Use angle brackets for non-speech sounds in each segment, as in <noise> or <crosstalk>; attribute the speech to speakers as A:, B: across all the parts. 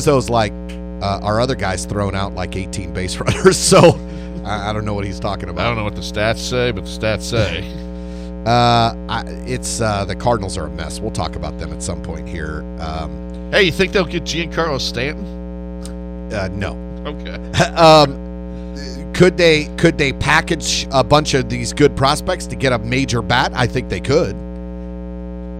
A: so's like uh, our other guy's thrown out like 18 base <laughs> runners. So I, I don't know what he's talking
B: I
A: about.
B: don't know what the stats say, but the stats say.
A: Uh, I, it's uh, the Cardinals are a mess. We'll talk about them at some point here. Um,
B: hey, you think they'll get Giancarlo Stanton?
A: uh, no.
B: Okay.
A: um, could they could they package a bunch of these good prospects to get a major bat? I think they could.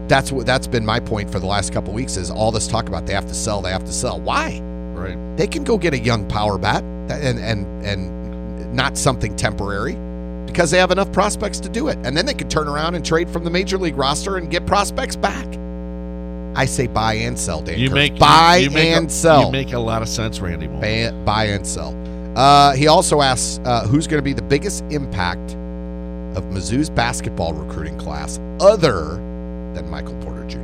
A: That's what that's been my point for the last couple weeks is all this talk about they have to sell, they have to sell. Why?
B: Right.
A: They can go get a young power bat that- and and and not something temporary because they have enough prospects to do it. And then they could turn around and trade from the major league roster and get prospects back. I say buy and sell, Dan.
B: You
A: Kirk.
B: make
A: buy
B: you, you make
A: and
B: a,
A: sell.
B: You make a lot of sense, Randy. Moore.
A: buy, buy and sell. Uh, he also asks uh, who's going to be the biggest impact of Mizzou's basketball recruiting class other than Michael Porter Jr.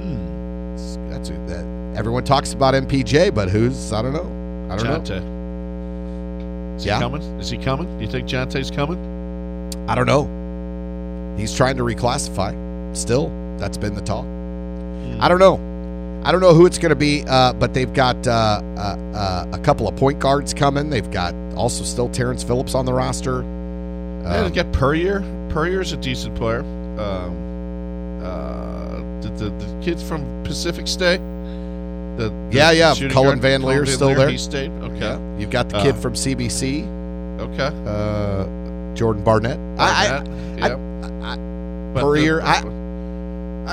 B: Hmm.
A: That's who, that, everyone talks about MPJ, but who's I don't know. I don't know.
B: Jonte. Is
A: Yeah.
B: he coming? Is he coming? You think Jonte's coming?
A: I don't know. He's trying to reclassify. Still, that's been the talk.
B: Hmm.
A: I don't know. I don't know who it's going to be, uh, but they've got uh, uh, uh, a couple of point guards coming. They've got also still Terrence Phillips on the roster.
B: Yeah,
A: Um,
B: they got Perrier. Perrier's a decent player. Um, uh, the, the, the kids from Pacific State. The, the
A: Yeah, yeah,
B: shooting
A: Cullen
B: guard,
A: Van Leer's still
B: Leer,
A: there.
B: He stayed. Okay.
A: yeah, You've got the kid
B: Uh,
A: from CBC,
B: Okay.
A: uh, Jordan Barnett. I,
B: That,
A: I-
B: yeah.
A: I,
B: But
A: Perrier,
B: the-
A: I-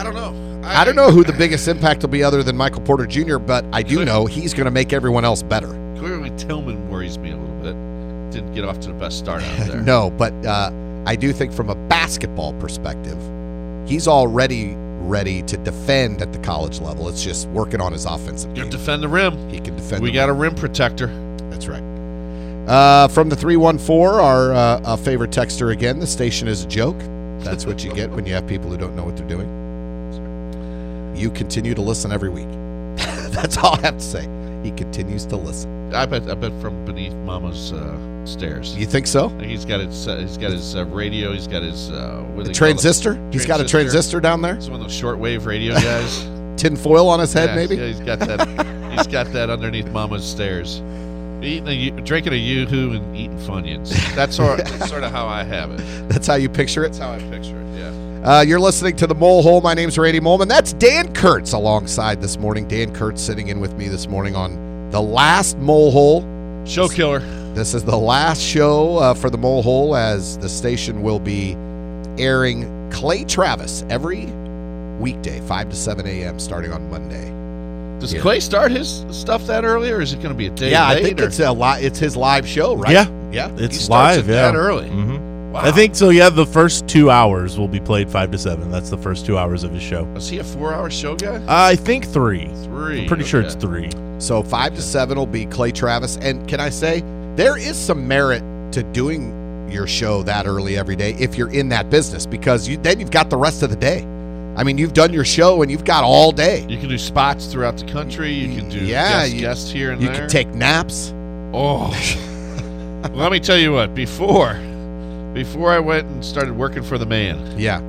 B: I don't know.
A: I, I don't know who the biggest impact will be other than Michael Porter Jr., but I do know he's going to make everyone else better.
B: Clearly, Tillman worries me a little bit. Didn't get off to the best
A: <laughs>
B: start out there.
A: No, but uh, I do think from a basketball perspective, he's already ready to defend at the college level. It's just working on his offensive game.
B: Gotta defend the rim.
A: he can defend.
B: We
A: the-
B: got a rim protector.
A: That's right. Uh, from the 314, our uh, uh, favorite texter again, the station is a joke. That's what you get when you have people who don't know what they're doing. You continue to listen every week. <laughs> That's all I have to say. He continues to listen.
B: <laughs> I bet. I bet from beneath Mama's uh, stairs.
A: You think so?
B: He's got his. Uh, he's got his uh, radio. He's got his. Uh, what do they call it?
A: transistor? He's got a
B: Transistor.
A: transistor down there.
B: It's one of those
A: <laughs>
B: shortwave radio guys.
A: Tin foil on his head,
B: Yeah,
A: maybe.
B: yeah, he's got that. he's got that underneath Mama's stairs. Eating a, Yoo- drinking a yoo-hoo and eating funyuns. That's sort,
A: <laughs>
B: that's sort of how I have it.
A: That's how you picture it.
B: That's how I picture it. Yeah.
A: Uh, you're listening to the Mole Hole. My name's Randy Moleman. That's Dan Kurtz alongside this morning. Dan Kurtz sitting in with me this morning on the last Mole Hole.
B: Show killer.
A: This is the last show uh, for the Mole Hole as the station will be airing Clay Travis every weekday, 5 to 7 a.m., starting on Monday.
B: Does
A: Yeah.
B: Clay start his stuff that early, or is it going to be a day?
A: yeah,
B: late,
A: I think
B: or-
A: it's a li- it's his live show, right? Mm-hmm.
C: Yeah.
A: Yeah. Mm,
C: It's
B: he starts
C: live.
B: it
C: Yeah.
B: that early.
C: Mhm.
B: Wow.
C: I think so. Yeah, the first two hours will be played five to seven. That's the first two hours of his show.
B: Is he a four-hour show guy?
C: I think three.
B: 3
C: I'm pretty sure
B: okay.
C: it's three.
A: <laughs> So 5 to 7 will be Clay Travis. And can I say, there is some merit to doing your show that early every day if you're in that business because you, then you've got the rest of the day. I mean, you've done your show and you've got all day.
B: You can do spots throughout the country. You can do
A: Yeah,
B: guest,
A: you-
B: guest here and
A: You
B: there.
A: can take naps. <laughs>
B: Oh, let me tell you what. Before, before I went and started working for the man,
A: Yeah.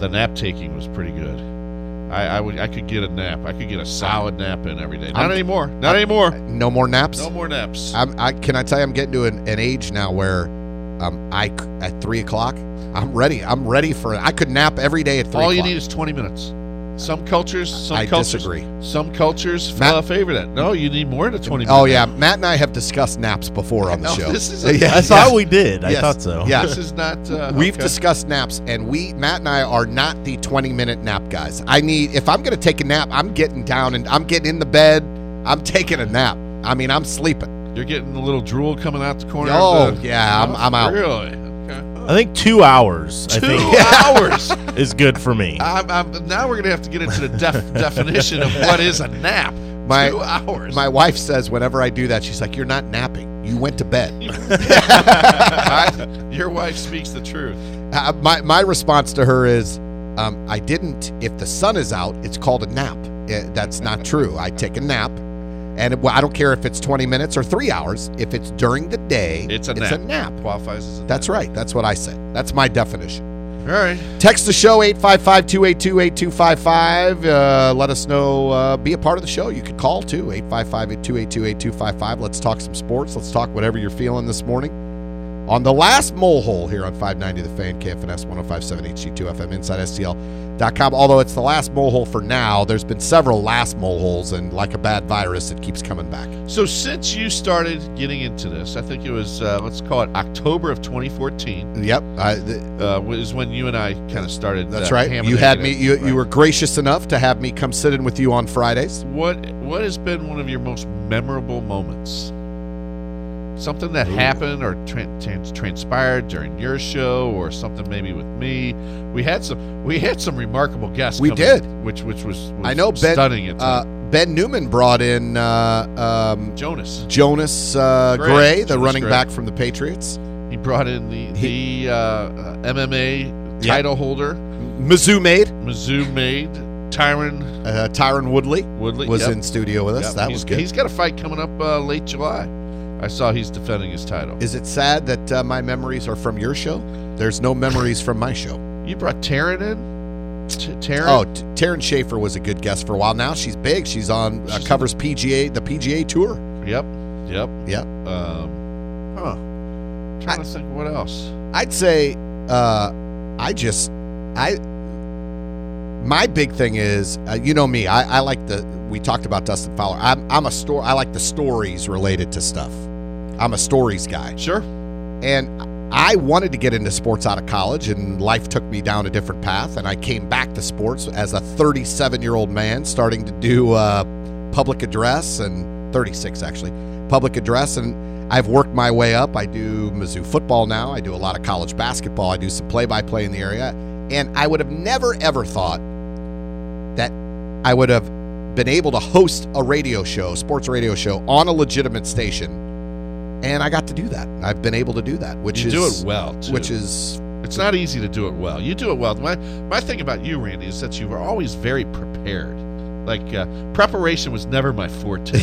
B: the nap taking was pretty good. I, I would, I could get a nap. I could get a solid nap in every day. Not
A: I'm-
B: anymore. Not anymore.
A: No more naps?
B: No more naps.
A: I'm, I can I tell you I'm getting to an, an age now where um I c- at three o'clock I'm ready I'm ready for it I could nap every day at three.
B: All you
A: o'clock.
B: need is twenty minutes. Some cultures, some
A: I
B: cultures,
A: disagree.
B: some cultures
A: Matt-
B: uh, favor that. No, you need more than twenty.
A: Oh
B: minutes.
A: yeah, Matt and I have discussed naps before on the
B: <laughs> No,
A: show. <laughs>
B: this is a-
A: yeah,
B: <laughs>
C: I thought we did.
A: Yes.
C: I thought so.
A: Yeah.
B: This is not. Uh,
A: We've
B: okay.
A: discussed naps, and we Matt and I are not the 20 minute nap guys. I need if I'm going to take a nap, I'm getting down and I'm getting in the bed. I'm taking a nap. I mean, I'm sleeping.
B: You're getting a little drool coming out the corner.
A: Oh,
B: of the,
A: yeah, I'm- I'm out.
B: Really? Okay.
C: I think two hours. I
B: Two
C: think
A: <laughs>
B: hours.
C: is good for me.
B: I'm, I'm, now we're gonna have to get into the def- <laughs> definition of what is a nap.
A: My-
B: Two hours. <laughs>
A: My <laughs> wife says whenever I do that, she's like, "You're not napping. You went to bed."
B: I- your wife speaks the truth.
A: Uh, my my response to her is, um, I didn't. If the sun is out, it's called a nap. Uh, that's not
B: <laughs>
A: true. I take a nap, and it, well, I don't care if it's twenty minutes or three hours. If it's during the day,
B: It's a
A: it's
B: nap.
A: a nap.
B: Qualifies as a
A: That's right. That's what I say. That's my definition.
B: All right.
A: Text the show 855 282 8255. Let us know. Uh, be a part of the show. You could call too 855 282 8255. Let's talk some sports. Let's talk whatever you're feeling this morning. On the last mole hole here on 590 The Fan, KFNS 1057 HD2 FM inside STL.com. Although it's the last mole hole for now, there's been several last mole holes, and like a bad virus, it keeps coming back.
B: So since you started getting into this, I think it was uh, let's call it October of 2014
A: Yep. I, th-
B: uh, is when you and I kind of started.
A: that's
B: uh,
A: right.
B: hammering
A: You had
B: it
A: me,
B: in.
A: you,
B: Right.
A: you were gracious enough to have me come sit in with you on Fridays.
B: What What has been one of your most memorable moments? Something that
A: Ooh.
B: happened or tran trans- transpired during your show, or something maybe with me. We had some we had some remarkable guests.
A: We
B: come in, which which was, was
A: I know, Ben-
B: stunning. At
A: Uh,
B: times.
A: ben Newman brought in uh, um,
B: Jonas,
A: Jonas uh, Gray,
B: Gray.
A: the
B: Jonas
A: running
B: Gray.
A: back from the Patriots.
B: he brought in the the uh, uh, MMA
A: Yeah.
B: title holder.
A: Mizzou made
B: Mizzou made Tyron
A: uh, Tyron Woodley
B: Woodley
A: was
B: Yep.
A: in studio with us.
B: Yep.
A: That
B: He's-
A: was good.
B: He's got a fight coming up uh, late July. I saw he's defending his title.
A: Is it sad that uh, my memories are from your show? There's no memories from my show.
B: You brought Taryn in. T- Taryn.
A: Oh, T- Taryn Schaefer was a good guest for a while. Now she's big. She's on uh,
B: She's-
A: covers PGA the PGA Tour.
B: Yep. Yep.
A: Oh. Yep.
B: Um, huh. Trying to think what else.
A: I'd say uh, I just I my big thing is uh, you know me I, I like the we talked about Dustin Fowler I'm I'm a store I like the stories related to stuff I'm a stories guy
B: Sure.
A: and I wanted to get into sports out of college and life took me down a different path and I came back to sports as a 37 year old man starting to do uh, public address and 36 actually public address and I've worked my way up. I do Mizzou football now. I do a lot of college basketball. I do some play by play in the area. And I would have never, ever thought that I would have been able to host a radio show, sports radio show, on a legitimate station. And I got to do that. I've been able to do that, which
B: you
A: is
B: do it well. Too.
A: which is
B: it's not easy to do it well. You do it well. My my thing about you, Randy, is that you were always very prepared. Like uh, preparation was never
A: <laughs>
B: my forte.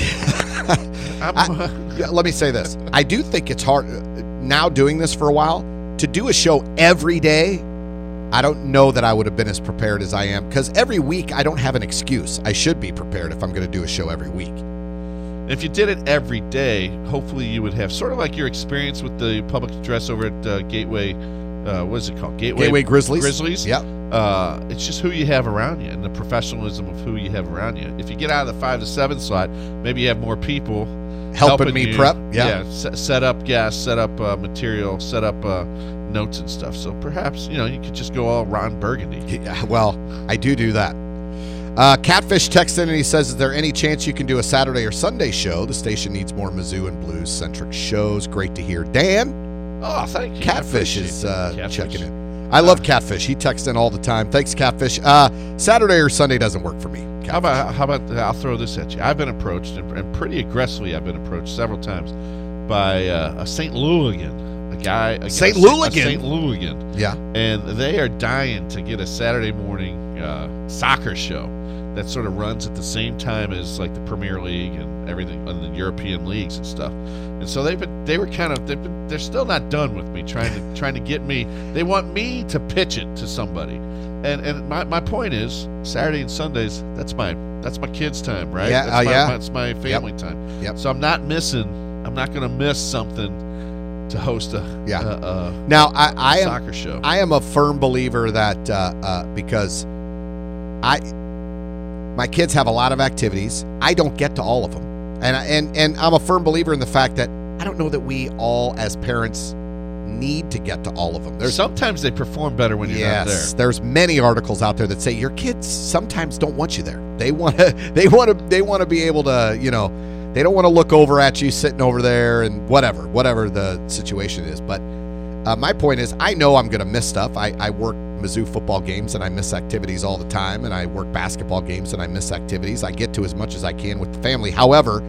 B: I'm-
A: Yeah, let me say this. I do think it's hard uh, now doing this for a while to do a show every day. I don't know that I would have been as prepared as I am because every week I don't have an excuse. I should be prepared if I'm going to do a show every week.
B: If you did it every day, hopefully you would have sort of like your experience with the public address over at uh, Gateway. Uh, what is it called? Gateway,
A: Gateway Grizzlies.
B: Grizzlies.
A: Yep.
B: Uh, it's just who you have around you and the professionalism of who you have around you. If you get out of the five to seven slot, maybe you have more people
A: Helping, me
B: you.
A: prep. Yeah.
B: Yeah. se- set up gas, set up uh, material, set up uh, notes and stuff. So perhaps you know you could just go all Ron Burgundy.
A: Yeah, uh, Well, I do do that. Uh, Catfish texts in and he says, Is there any chance you can do a Saturday or Sunday show? The station needs more Mizzou and blues centric shows. Great to hear. Dan,
B: Oh, thank you. I
A: Catfish
B: appreciate
A: is
B: it.
A: uh,
B: Catfish.
A: checking in. I love Catfish. He texts in all the time. Thanks, Catfish. Uh, Saturday or Sunday doesn't work for me. Catfish.
B: How about how about uh, I'll throw this at you? I've been approached and, and pretty aggressively. I've been approached several times by uh, a Saint Luligan, a guy, a guy-
A: Saint
B: a
A: Luligan?
B: Saint Luligan,
A: Yeah.
B: and they are dying to get a Saturday morning uh, soccer show that sort of runs at the same time as like the Premier League and everything, and the European leagues and stuff. And so they've been, they were kind of, they've been, they're still not done with me trying to, trying to get me. They want me to pitch it to somebody. And and my, my point is Saturday and Sundays, that's my, that's my kids' time, right?
A: Yeah,
B: That's
A: uh,
B: my,
A: yeah.
B: That's my family time.
A: Yep.
B: So I'm not missing, I'm not going to miss something to host a,
A: Yeah.
B: a,
A: Now, I, I
B: a
A: am
B: soccer show.
A: I am a firm believer that uh, uh, because I my kids have a lot of activities, I don't get to all of them, and I, and and I'm a firm believer in the fact that I don't know that we all as parents need to get to all of them. There's
B: Sometimes they perform better when you're not there.
A: yes, there's many articles out there that say your kids sometimes don't want you there. They want to, <laughs> they want to, they want to be able to, you know, they don't want to look over at you sitting over there and whatever, whatever the situation is. But uh, my point is, I know I'm going to miss stuff. I, I work Mizzou football games and I miss activities all the time, and I work basketball games and I miss activities. I get to as much as I can with the family. However,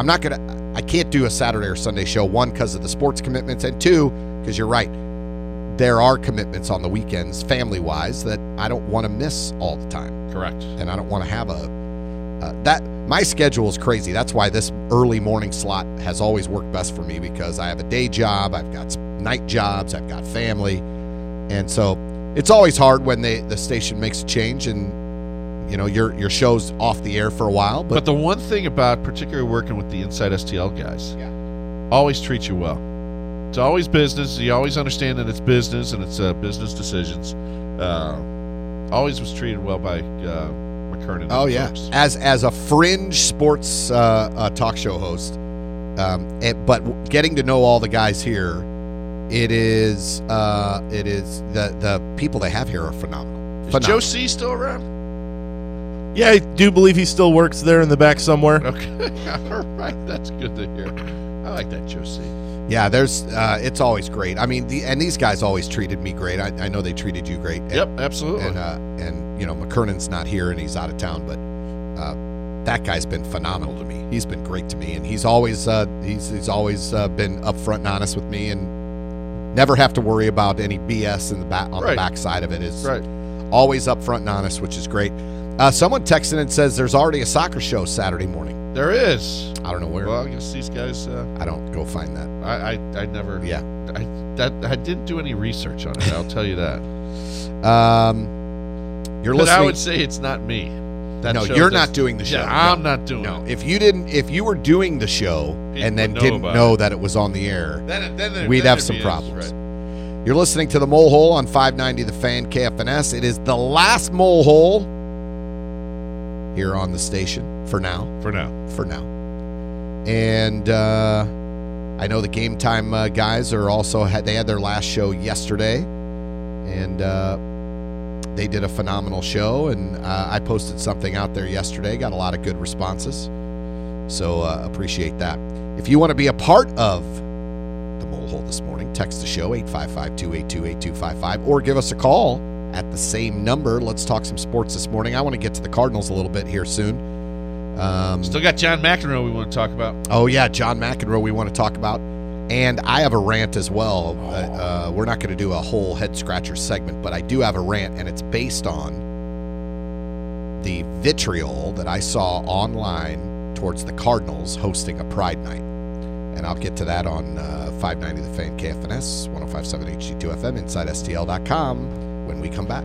A: I'm not going to, I can't do a Saturday or Sunday show, one, because of the sports commitments, and two, because you're right. There are commitments on the weekends, family wise, that I don't want to miss all the time.
B: Correct.
A: And I don't want to have a, uh, that, my schedule is crazy. That's why this early morning slot has always worked best for me because I have a day job, I've got s- night jobs, I've got family. And so it's always hard when they the station makes a change and you know your your show's off the air for a while.
B: But
A: But,
B: the one thing about particularly working with the inside STL guys,
A: Yeah.
B: always treat you well. It's always business. You always understand that it's business and it's uh, business decisions. Uh, always was treated well by uh, McKernan. and
A: oh yeah,
B: folks.
A: as as a fringe sports uh, uh, talk show host, um, it, but w- getting to know all the guys here, it is uh, it is the the people they have here are phenomenal.
B: Is
A: phenomenal.
B: Joe C still around?
C: Yeah, I do believe he still works there in the back somewhere.
B: Okay, <laughs> all right, that's good to hear. I like that Joe C.
A: Yeah, there's. Uh, it's always great. I mean, the, and these guys always treated me great. I, I know they treated you great. And,
B: Yep, absolutely.
A: And uh, and you know, McKernan's not here and he's out of town, but uh, that guy's been phenomenal to me. He's been great to me, and he's always uh, he's he's always uh, been upfront and honest with me, and never have to worry about any BS in the back on the
B: Right.
A: back side of it. Is
B: right.
A: always upfront and honest, which is great. Uh, someone texted and says there's already a soccer show Saturday morning.
B: There is.
A: I don't know where.
B: Well, I guess these guys. Uh,
A: I don't go find that.
B: I, I I never.
A: Yeah.
B: I that I didn't do any research on it. I'll tell
A: <laughs>
B: you that.
A: Um, you're
B: But
A: listening.
B: I would say it's not me. That
A: no,
B: show
A: you're
B: does-
A: not doing the show.
B: Yeah,
A: No.
B: I'm not doing
A: No,
B: it.
A: if you didn't, if you were doing the show
B: People
A: and then
B: know
A: didn't
B: about
A: know that it was on the air,
B: Then, then there-
A: we'd
B: then
A: have
B: there'd
A: some
B: be issues,
A: problems.
B: right.
A: You're listening to the Mole Hole on 590 The Fan KFNS. It is the last Mole Hole here on the station for now,
B: For now,
A: for now. And uh, I know the game time uh, guys are also had they had their last show yesterday, and uh, they did a phenomenal show. And uh, I posted something out there yesterday, got a lot of good responses. So uh, appreciate that. If you want to be a part of the mole hole this morning, text the show 855 282 8255 or give us a call at the same number. Let's talk some sports this morning. I want to get to the Cardinals a little bit here soon. Um,
B: still got John McEnroe we want to talk about.
A: Oh yeah, John McEnroe. We want to talk about, and I have a rant as well. Uh, uh, we're not going to do a whole head scratcher segment, but I do have a rant, and it's based on the vitriol that I saw online towards the Cardinals hosting a Pride Night, and I'll get to that on uh, 590 The Fan KFNS 105.7 HD2 FM inside STL.com when we come back.